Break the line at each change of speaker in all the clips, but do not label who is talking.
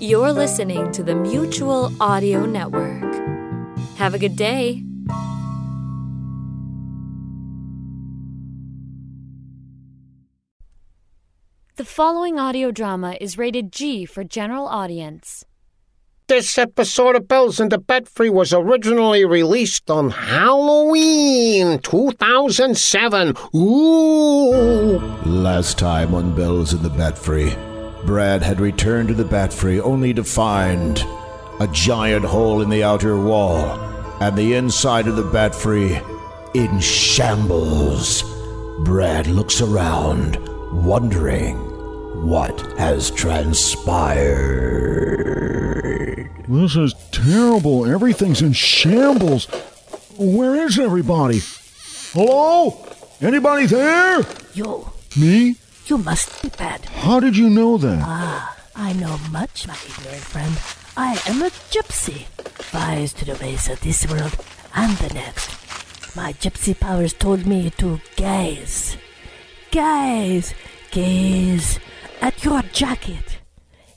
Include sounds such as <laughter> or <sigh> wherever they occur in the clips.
You're listening to the Mutual Audio Network. Have a good day. The following audio drama is rated G for general audience.
This episode of Bells in the Bedfrey was originally released on Halloween 2007. Ooh!
Last time on Bells in the Bat Free, Brad had returned to the Bat Free only to find a giant hole in the outer wall and the inside of the Bat Free in shambles. Brad looks around, wondering what has transpired.
This is terrible. Everything's in shambles. Where is everybody? Hello? Anybody there?
You,
Me?
you must be bad.
How did you know that?
I know much, my ignorant friend. I am a gypsy, wise to the ways of this world and the next. My gypsy powers told me to gaze, gaze, gaze at your jacket.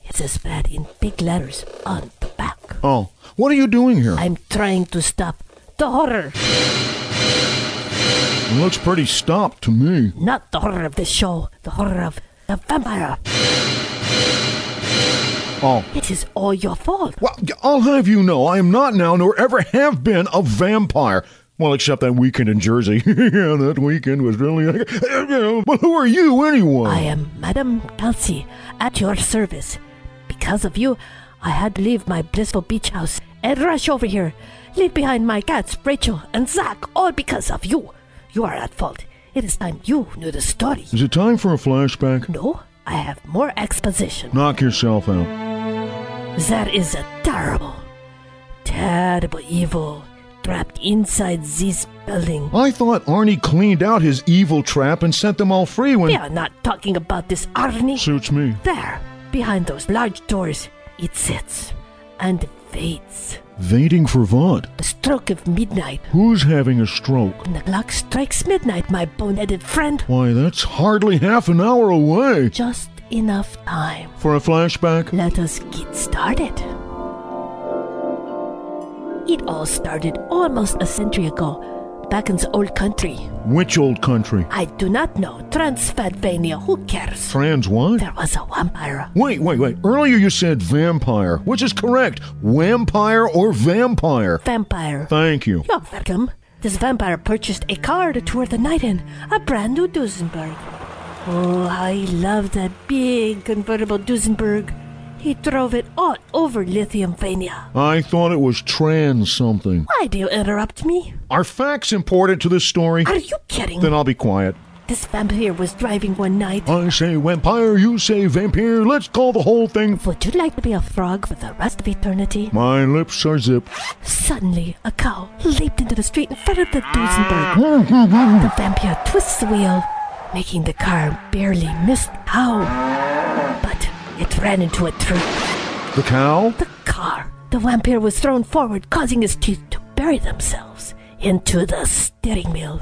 It says that in big letters on the back.
Oh, what are you doing here?
I'm trying to stop the horror,
It looks pretty stopped to me.
not the horror of this show, the horror of the vampire.
Oh.
It is all your fault.
Well, I'll have you know, I am not now nor ever have been a vampire. Well, except that weekend in Jersey. <laughs> yeah, that weekend was really. uh, But who are you anyway?
I am Madame Dancy, at your service. Because of you, I had to leave my blissful beach house and rush over here. Leave behind my cats, Rachel and Zach, all because of you. You are at fault. It is time you knew the story.
Is it time for a flashback?
No, I have more exposition.
Knock yourself out.
There is a terrible, terrible evil trapped inside this building.
I thought Arnie cleaned out his evil trap and set them all free when.
We are not talking about this, Arnie.
Suits me.
There, behind those large doors, it sits and waits.
Waiting for what?
The stroke of midnight.
Who's having a stroke?
When the clock strikes midnight, my boneheaded friend.
Why, that's hardly half an hour away.
Just enough time.
For a flashback?
Let us get started. It all started almost a century ago, back in the old country.
Which old country?
I do not know. Transylvania, who cares?
Trans what?
There was a vampire.
Wait, wait, wait. Earlier you said vampire, which is correct. Vampire or vampire?
Vampire.
Thank you.
You're welcome. This vampire purchased a car to tour the night in, a brand new Duesenberg. Oh, I loved that big convertible Duesenberg. He drove it all over Lithiumvania.
I thought it was trans something.
Why do you interrupt me?
Are facts important to this story?
Are you kidding?
Then I'll be quiet.
This vampire was driving one night.
I say vampire, you say vampire. Let's call the whole thing.
Would you like to be a frog for the rest of eternity?
My lips are zipped.
Suddenly, a cow leaped into the street in front of the Duesenberg. The vampire twists the wheel, making the car barely miss the cow. But it ran into a tree.
The cow?
The car. The vampire was thrown forward, causing his teeth to bury themselves into the steering wheel.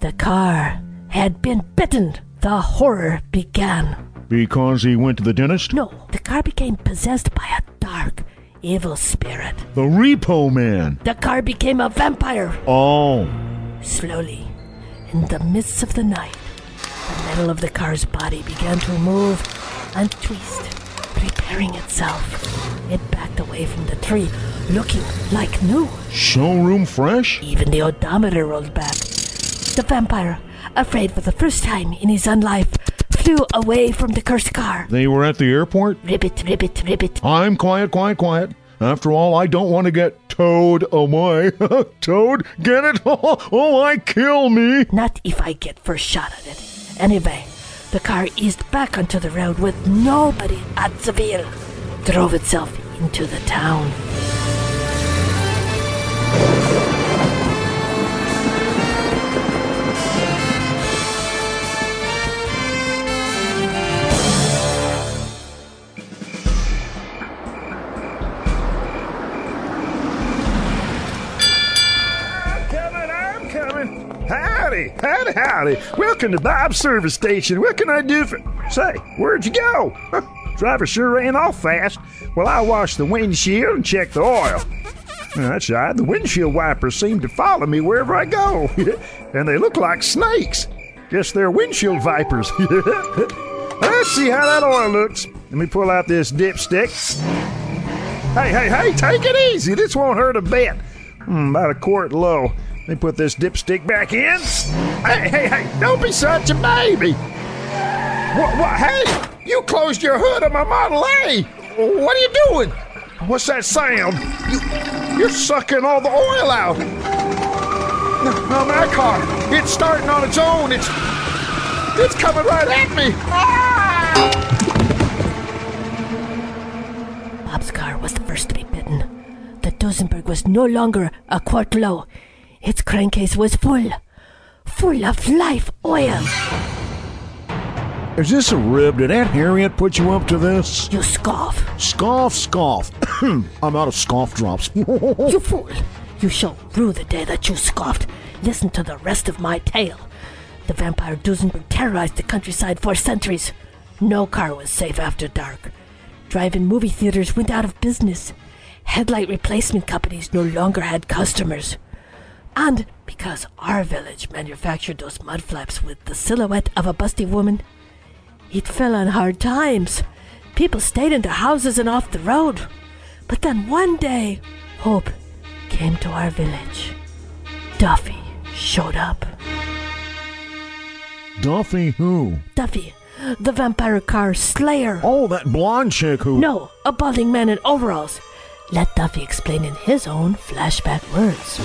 The car had been bitten. The horror began.
Because he went to the dentist?
No, the car became possessed by a dark, evil spirit.
The repo man.
The car became a vampire.
Oh.
Slowly, in the midst of the night, the metal of the car's body began to move and twist, repairing itself. It backed away from the tree, looking like new.
Showroom fresh?
Even the odometer rolled back. The vampire, afraid for the first time in his own life, flew away from the cursed car.
They were at the airport?
Ribbit, ribbit, ribbit.
I'm quiet, quiet, quiet. After all, I don't want to get towed away. <laughs> towed? Get it? <laughs> oh, I kill me.
Not if I get first shot at it. Anyway, the car eased back onto the road with nobody at the wheel. Drove itself into the town.
I'm coming, I'm coming. Howdy, howdy, howdy. Howdy. Welcome to Bob's Service Station. What can I do for. Say, where'd you go? <laughs> Huh, Driver sure ran off fast. Well, I washed the windshield and checked the oil. That's right, the windshield wipers seem to follow me wherever I go. <laughs> and they look like snakes. Guess they're windshield vipers. <laughs> Let's see how that oil looks. Let me pull out this dipstick. Hey, hey, hey, take it easy. This won't hurt a bit. Hmm, about a quart low. Let me put this dipstick back in. Hey, hey, hey, don't be such a baby. What, what, hey, you closed your hood on my Model A. What are you doing? What's that sound? You, you're sucking all the oil out. No, no, my car. It's starting on its own. It's, it's coming right at me. Ah!
Bob's car was the first to be bitten. The Duesenberg was no longer a quart low. Its crankcase was full, full of life oil.
Is this a rib? Did Aunt Harriet put you up to this?
You scoff,
Scoff, scoff. <coughs> I'm out of scoff drops. <laughs>
you fool. You shall rue the day that you scoffed. Listen to the rest of my tale. The vampire Duesenberg terrorized the countryside for centuries. No car was safe after dark. Drive in movie theaters went out of business. Headlight replacement companies no longer had customers. And because our village manufactured those mud flaps with the silhouette of a busty woman, it fell on hard times. People stayed in their houses and off the road. But then one day, hope came to our village. Duffy showed up.
Duffy who?
Duffy, the vampire car slayer.
Oh, that blonde chick who.
No, a balding man in overalls. Let Duffy explain in his own flashback words.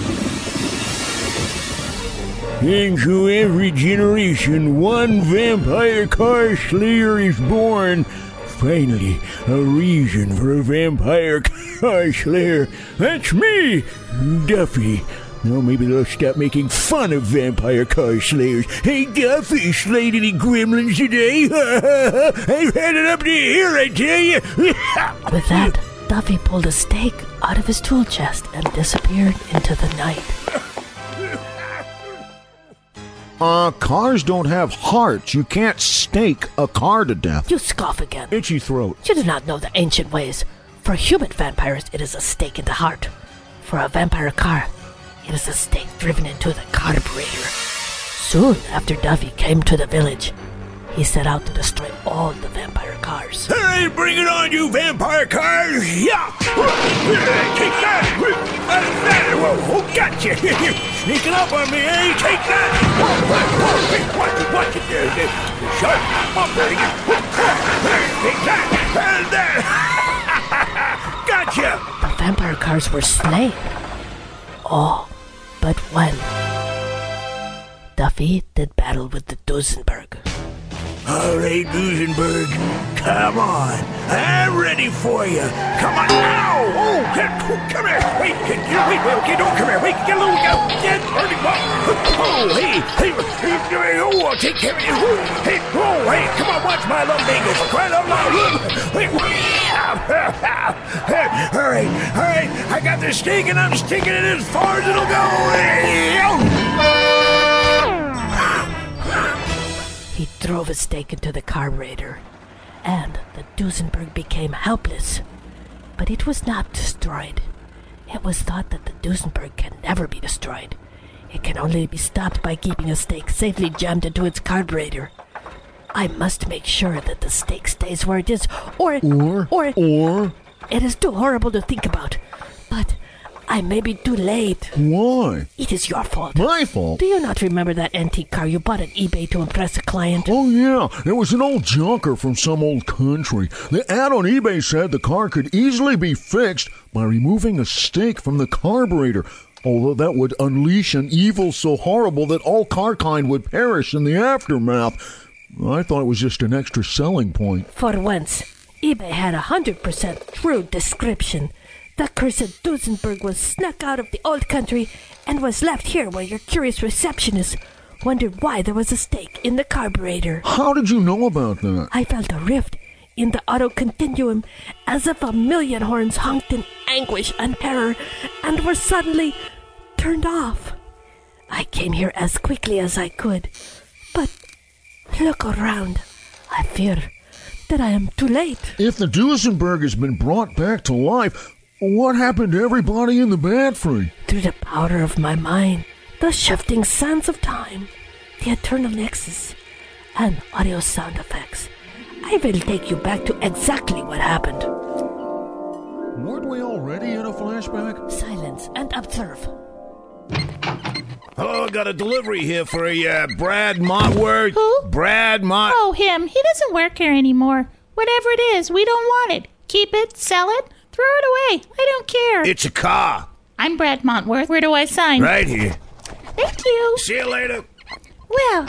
And so every generation, one vampire car slayer is born. Finally, a reason for a vampire <laughs> car slayer. That's me, Duffy. No, maybe they'll stop making fun of vampire car slayers. Hey, Duffy, slayed any gremlins today? <laughs> I've had it up to here, I tell you.
With that, Duffy pulled a stake out of his tool chest and disappeared into the night.
<laughs> Uh, cars don't have hearts. You can't stake a car to death.
You scoff again.
Itchy throat.
You do not know the ancient ways. For human vampires, it is a stake in the heart. For a vampire car, it is a stake driven into the carburetor. Soon after Duffy came to the village, he set out to destroy all the vampire cars.
All right, bring it on, you vampire cars! Yeah! Take that! Out of that! Whoa, whoa, <laughs> gotcha! Sneaking up on me, eh? Take that! Whoa, whoa, whoa! Hey, watch it, watch it! There, there. Shut up! There, there. Take that! And there! gotcha!
The vampire cars were slain. All but one. Duffy did battle with the Duesenberg.
All right, Duesenberg, come on. I'm ready for you. Come on. Ow! Oh, get, oh, come here. Wait, get, get, wait, wait, okay, don't come here. Wait, get a little, get, get, hurry, whoa. Oh, hey, hey, hey, hey, oh, I'll take care of you. Oh, Hey, whoa, hey, come on, watch my lumbago. For crying out loud, Oh, look. Wait, wait. <laughs> All right, all right, I got this stake and I'm sticking it as far as it'll go. Hey, oh.
He drove his stake into the carburetor, and the Duesenberg became helpless. But it was not destroyed. It was thought that the Duesenberg can never be destroyed. It can only be stopped by keeping a stake safely jammed into its carburetor. I must make sure that the stake stays where it is, or
Or,
or
or,
it is too horrible to think about. But I may be too late.
why?
It is your fault.
My fault.
Do you not remember that antique car you bought at eBay to impress a client?
Oh, yeah. It was an old junker from some old country. The ad on eBay said the car could easily be fixed by removing a stake from the carburetor, although that would unleash an evil so horrible that all car kind would perish in the aftermath. I thought it was just an extra selling point.
For once, eBay had a hundred percent true description. The cursed Duesenberg was snuck out of the old country and was left here while your curious receptionist wondered why there was a stake in the carburetor.
How did you know about that?
I felt a rift in the auto continuum as if a million horns honked in anguish and terror and were suddenly turned off. I came here as quickly as I could, But look around. I fear that I am too late.
If the Duesenberg has been brought back to life, what happened to everybody in the bat free?
Through the power of my mind, the shifting sands of time, the eternal nexus, and audio sound effects, I will take you back to exactly what happened.
Weren't we already in a flashback?
Silence and observe.
Oh,
Hello, I got a delivery here for you, uh, Brad Motworth.
Who?
Brad Mott.
Oh, him. He doesn't work here anymore. Whatever it is, we don't want it. Keep it, sell it, throw it away. I don't care.
It's a car
I'm Brad Montworth. Where do I sign?
right here.
Thank you.
See you later.
Well,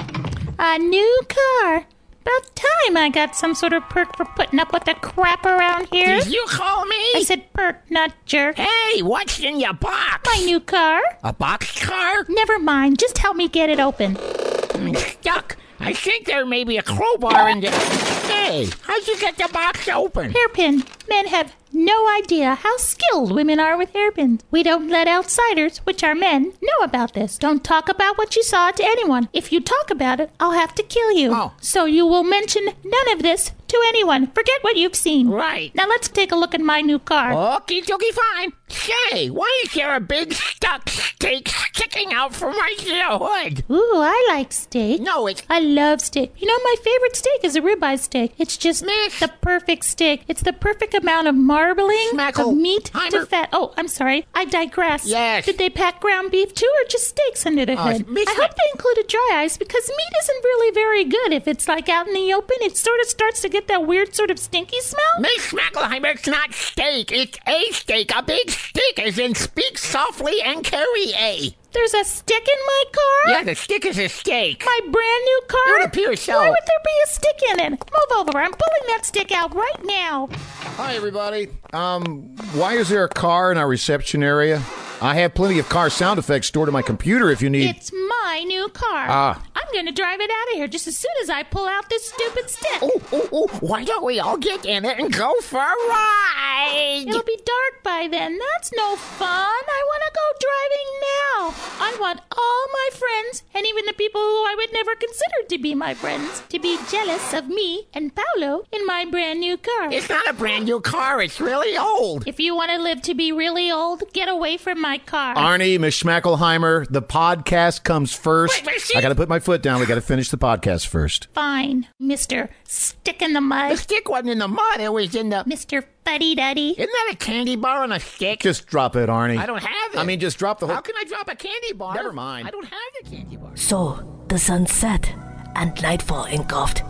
a new car. About time I got some sort of perk for putting up with the crap around here.
Did you call me?
I said perk, not jerk.
hey, what's in your box?
My new car.
Uh.
a box car?
Never mind. Just help me get it open.
I'm stuck. I think there may be a crowbar in there. Hey, how'd you get the box open?
Hairpin. Men have no idea how skilled women are with hairpins. We don't let outsiders, which are men, know about this. Don't talk about what you saw to anyone. If you talk about it, I'll have to kill you.
Oh.
So you will mention none of this to anyone. Forget what you've seen.
Right. Oh.
Now let's take a look at my new car.
Okie dokie fine. Say, why is there a big stuck steak sticking out from under the hood?
Ooh, I like steak.
No, it's
I love steak. You know, my favorite steak is a ribeye steak. It's just
Miss-
the perfect steak. It's the perfect amount of marbling
Smackle.
of meat
Heimer.
to fat. Oh, I'm sorry. I digress.
Yes. Oh,
Did they pack ground beef too, or just steaks under the hood?
Miss
I hope
Mac-
they included dry ice because meat isn't really very good if it's like out in the open. It sort of starts to get that weird sort of stinky smell.
Miss Schmackelheimer, it's not steak. It's a steak. A big stick, as in speak softly and carry a.
There's a stick in my car.
Yeah, the stick is a steak.
My brand new car.
It would appear so.
Why would there be a stick in it? Move over. I'm pulling that stick out right now.
Hi, everybody. Um, why is there a car in our reception area? I have plenty of car sound effects stored in my computer if you need.
It's my new car.
Ah.
I'm going to drive it out of here just as soon as I pull out this stupid stick.
Ooh, ooh, ooh. Why don't we all get in it and go for a ride?
It'll be dark by then. That's no fun. I want to go driving now. I want all my friends, and even the people who I would never consider to be my friends, to be jealous of me and Paolo in my brand new car.
It's not a brand new car. It's really old.
If you want to live to be really old, get away from my car.
Arnie, Miss Schmackelheimer, the podcast comes first.
Wait, but she-
I got to put my foot down. We got to finish the podcast first.
Fine, Mr. Stick in the
The
<laughs>
Mud,
stick wasn't in the mud. It was in the.
Mr. Fuddy Duddy.
Isn't that a candy bar on a stick?
Just drop it, Arnie.
I don't have it.
I mean, just drop the whole.
How can I drop a candy bar?
Never mind.
I don't have the candy bar.
So the sun set and nightfall engulfed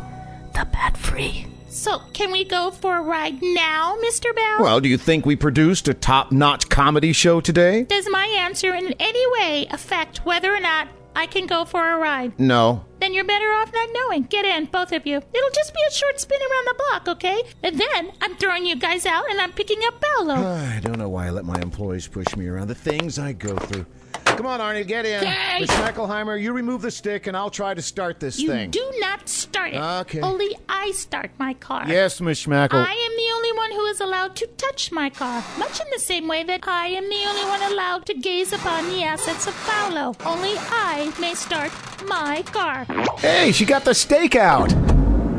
the bat free.
So, can we go for a ride now, Mr. Bell?
Well, do you think we produced a top-notch comedy show today?
Does my answer in any way affect whether or not I can go for a ride?
No.
Then you're better off not knowing. Get in, both of you. It'll just be a short spin around the block, okay? And then I'm throwing you guys out and I'm picking up Bello.
I don't know why I let my employees push me around. The things I go through. Come on, Arnie, get in.
Okay.
Miss Schmackelheimer, you remove the stick, and I'll try to start this
you
thing.
do not start it.
Okay.
Only I start my car.
Yes, Miss Schmackel.
I am the only one who is allowed to touch my car, much in the same way that I am the only one allowed to gaze upon the assets of Paolo. Only I may start my car.
Hey, she got the steak out.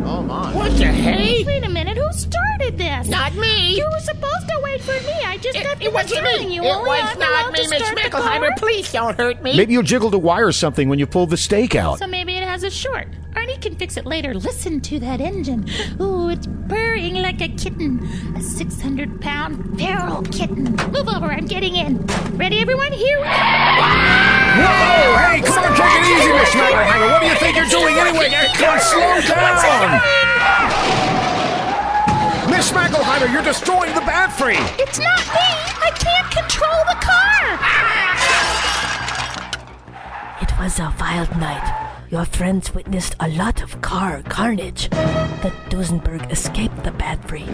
Oh my.
What the hey?
Wait a minute, who started this?
Not me.
You were supposed to wait for me. I just got
it,
through
it wasn't
telling
me.
you.
it
only
was
I'm
not
allowed
me,
to
Miss
start the car.
Schmickelheimer. Please don't hurt me.
Maybe you jiggled a wire or something when you pulled the steak out.
So maybe it has a short. Arnie can fix it later. Listen to that engine. Ooh, it's purring like a kitten. A 600 pound feral kitten. Move over, I'm getting in. Ready, everyone? Here we
Whoa! Hey, come on, take it easy, Miss Schmackelheimer. What do you think you're doing anyway? Come on, slow down. Miss Schmackelheimer, you're destroying the bat free.
It's not me! I can't control the car!
It was a wild night. Your friends witnessed a lot of car carnage. The Duesenberg escaped the bat free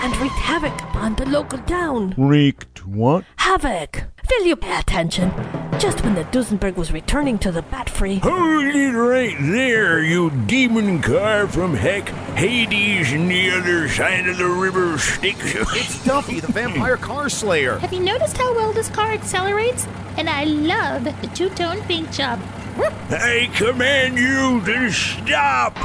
and wreaked havoc upon the local town.
Wreaked what?
Havoc! Will you pay attention? Just when the Duesenberg was returning to the bat free,
Hold it right there, you demon car from heck, Hades, and the other side of the river Styx.
It's Duffy, the
<laughs>
vampire car slayer.
Have you noticed how well this car accelerates? And I love the two tone paint job.
I command you to stop!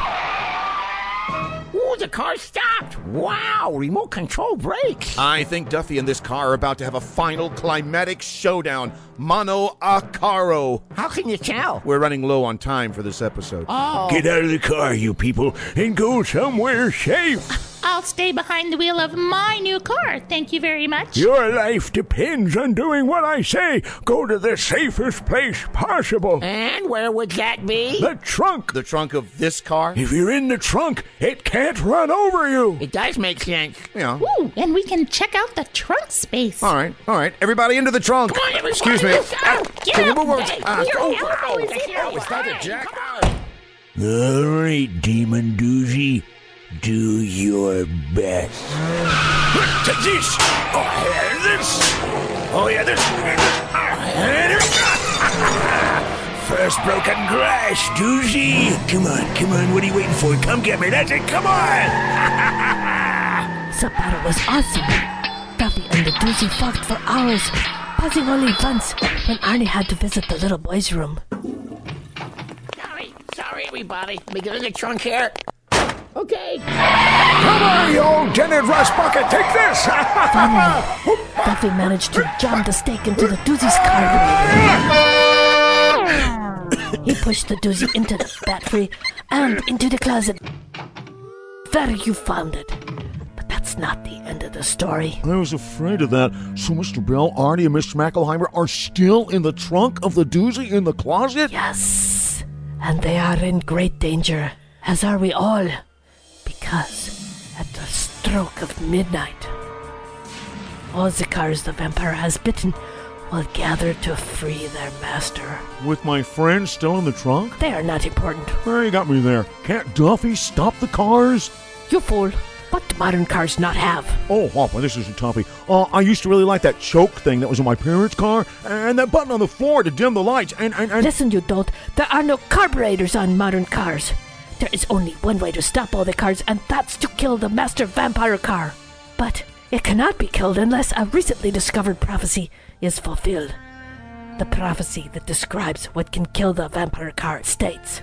Ooh, the car stopped. Wow, remote control brakes.
I think Duffy and this car are about to have a final climatic showdown. Mono a caro.
How can you tell?
We're running low on time for this episode.
Uh,
Get out of the car, you people, and go somewhere
<laughs>
safe.
I'll stay behind the wheel of my new car, thank you very much.
Your life depends on doing what I say. Go to the safest place possible.
And where would that be?
The trunk.
the trunk of this car?
If you're in the trunk, it can't run over you.
It does make sense.
Yeah.
Ooh, and we can check out the trunk space.
All right, all right. Everybody into the trunk.
Come on, everybody.
Excuse me.
Let's go.
Ah,
Get
can
up.
you move over?
Hey,
Ah,
your
oh, wow.
elbow is in
Wow,
your
is that
way.
a jack?
All right, Demon Doozy. Do your best. Take this! Oh, yeah, this! Oh, yeah, this! and this. Ah, and here we go. <laughs> First broken glass, Doozy! Come on, come on, what are you waiting for? Come get me, that's it, come on!
That battle was awesome. Duffy and the doozy fought for hours, pausing only once when Arnie had to visit the little boy's room.
Sorry, sorry, everybody. Let me get in the trunk here. Okay.
Come on, you old dented rust bucket, take
<laughs>
this! <laughs>
Duffy managed to jam the stake into the doozy's carburetor. he pushed the doozy into the battery and into the closet. There you found it. But that's not the end of the story.
I was afraid of that. So Mr. Bell, Arnie, and Miss Mackelheimer are still in the trunk of the doozy in the closet?
Yes, and they are in great danger, as are we all, because at the stroke of midnight, all the cars the vampire has bitten will gather to free their master.
With my friend still in the trunk?
They are not important.
Where you got me there? Can't Duffy stop the cars?
You fool! What do modern cars not have?
Oh, oh boy, this isn't toffee. Uh, I used to really like that choke thing that was in my parents' car, and that button on the floor to dim the lights, and and, and
Listen, you dolt, there are no carburetors on modern cars. There is only one way to stop all the cars, and that's to kill the master vampire car. But it cannot be killed unless a recently discovered prophecy is fulfilled. The prophecy that describes what can kill the vampire car states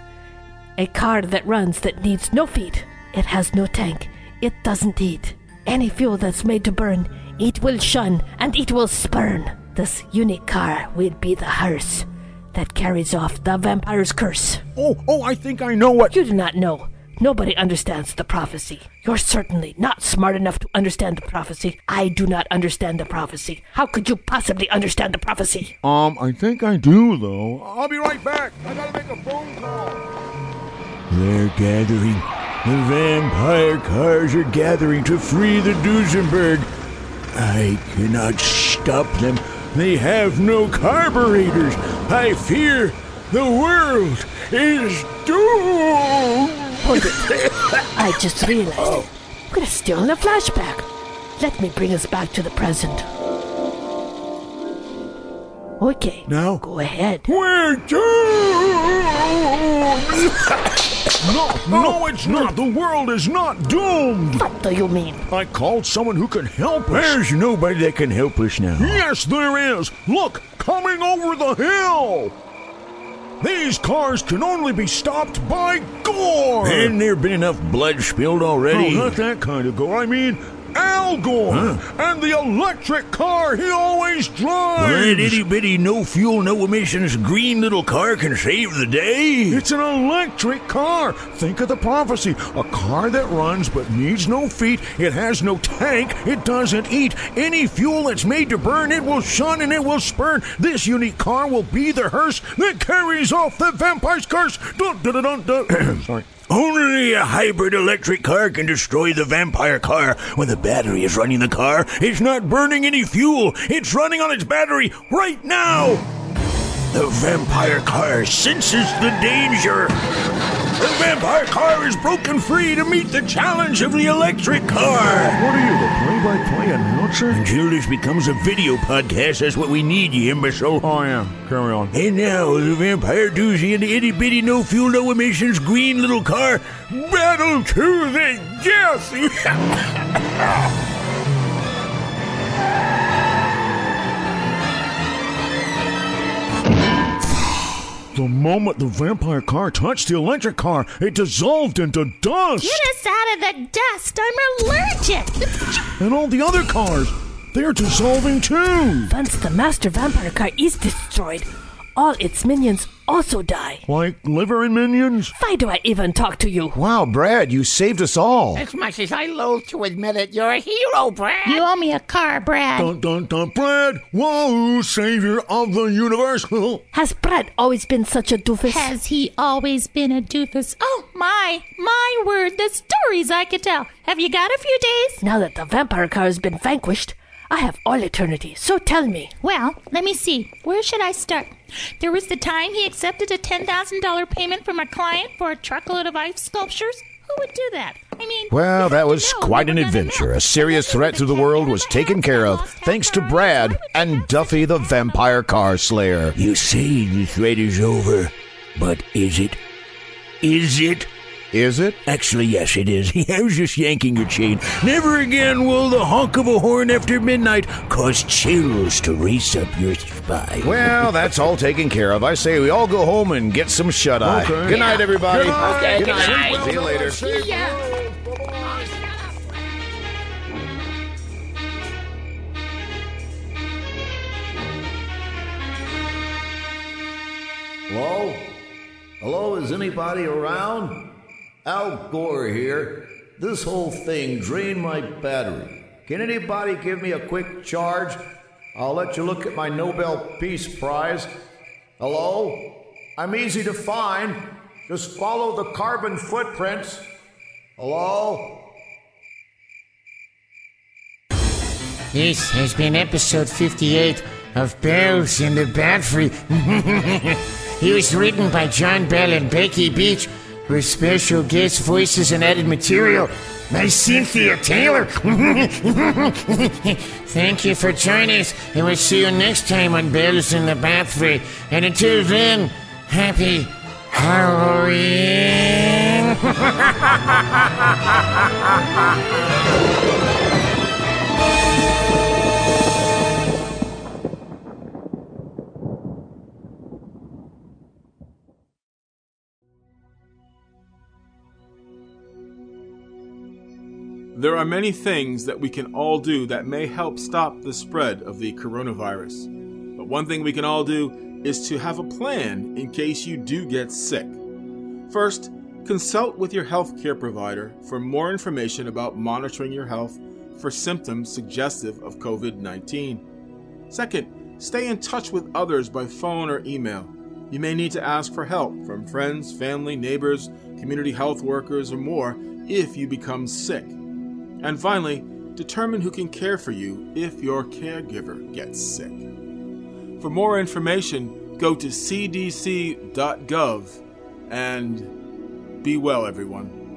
a car that runs that needs no feet, it has no tank, it doesn't eat. Any fuel that's made to burn, it will shun and it will spurn. This unique car will be the hearse that carries off the vampire's curse.
oh oh, I think I know what.
You do not know. Nobody understands the prophecy. You're certainly not smart enough to understand the prophecy. I do not understand the prophecy. How could you possibly understand the prophecy?
Um, I think I do though.
I'll be right back. I gotta make a phone call.
They're gathering. The vampire cars are gathering to free the Duesenberg. I cannot stop them. They have no carburetors. I fear the world is doomed.
Hold it. I just realized it. We're still in a flashback. Let me bring us back to the present. Okay.
Now?
Go ahead.
We're doomed.
<laughs> No, no, it's not. The world is not doomed.
What do you mean?
I called someone who can help us.
There's nobody that can help us now.
Yes, there is. Look, coming over the hill. These cars can only be stopped by gore.
And there been enough blood spilled already.
No, not that kind of gore. I mean, Al Gore and the electric car he always
That
drives.
itty bitty, no fuel, no emissions, green little car can save the day.
It's an electric car. Think of the prophecy. A car that runs but needs no feet. It has no tank. It doesn't eat. Any fuel that's made to burn, it will shun and it will spurn. This unique car will be the hearse that carries off the vampire's curse. Dun, dun, dun, dun,
<coughs>
dun. Sorry.
Only a hybrid electric car can destroy the vampire car. When the battery is running the car, it's not burning any fuel. It's running on its battery right now. The vampire car senses the danger. The vampire car is broken free to meet the challenge of the electric car.
What are you, the play-by-play announcer?
Until this becomes a video podcast, that's what we need, you imbecile.
Oh, I am. Carry on.
And now, the vampire doozy and the itty bitty no fuel, no emissions green little car battle to the death.
The moment the vampire car touched the electric car, it dissolved into dust.
Get us out of the dust. I'm allergic.
And all the other cars, they're dissolving too.
Once the master vampire car is destroyed, all its minions also die.
Like liver and minions?
Why do I even talk to you?
Wow, Brad, you saved us
Oh.
all.
As much as I loathe to admit it, you're a hero, Brad.
You owe me a car, Brad.
Dun dun dun, Brad! Whoa, savior of the universe! <laughs>
Has Brad always been such a doofus?
Has he always been a doofus? Oh, my, my word, the stories I could tell. Have you got a few days?
Now that the vampire car has been vanquished, I have all eternity, so tell me.
Well, let me see. Where should I start? There was the time he accepted a $10,000 payment from a client for a truckload of ice sculptures. Who would do that? I mean,
Well,
you
that
have to
was
know
quite an
never done
adventure.
enough.
A serious
Especially
threat
with
to the
a cat
world
out of
was
the
taken
house
care
that
of
lost half
thanks to
her eyes. Why
Brad
would you
and
have
Duffy the Vampire Car Slayer.
You say this raid is over, but is it? Is it?
Is it?
Actually, yes, it is. <laughs> I was just yanking your chain. Never again will the honk of a horn after midnight cause chills to race up your spine.
Well, that's all taken care of. I say we all go home and get some shut eye. Good night, everybody.
Okay, good night.
See you later.
Oh, shut up, Brad.
Hello? Hello, is anybody around? Al Gore here. This whole thing drained my battery. Can anybody give me a quick charge? I'll let you look at my Nobel Peace Prize. Hello? I'm easy to find. Just follow the carbon footprints. Hello?
This has been episode 58 of Bells in the Battery. <laughs> it was written by John Bell and Becky Beach with special guest voices and added material by Cynthia Taylor. <laughs> Thank you for joining us, and we'll see you next time on Bells in the Battery. And until then, happy Halloween!
There are many things that we can all do that may help stop the spread of the coronavirus. But one thing we can all do is to have a plan in case you do get sick. First, consult with your healthcare provider for more information about monitoring your health for symptoms suggestive of COVID 19. Second, stay in touch with others by phone or email. You may need to ask for help from friends, family, neighbors, community health workers, or more if you become sick. And finally, determine who can care for you if your caregiver gets sick. For more information, go to cdc.gov and be well, everyone.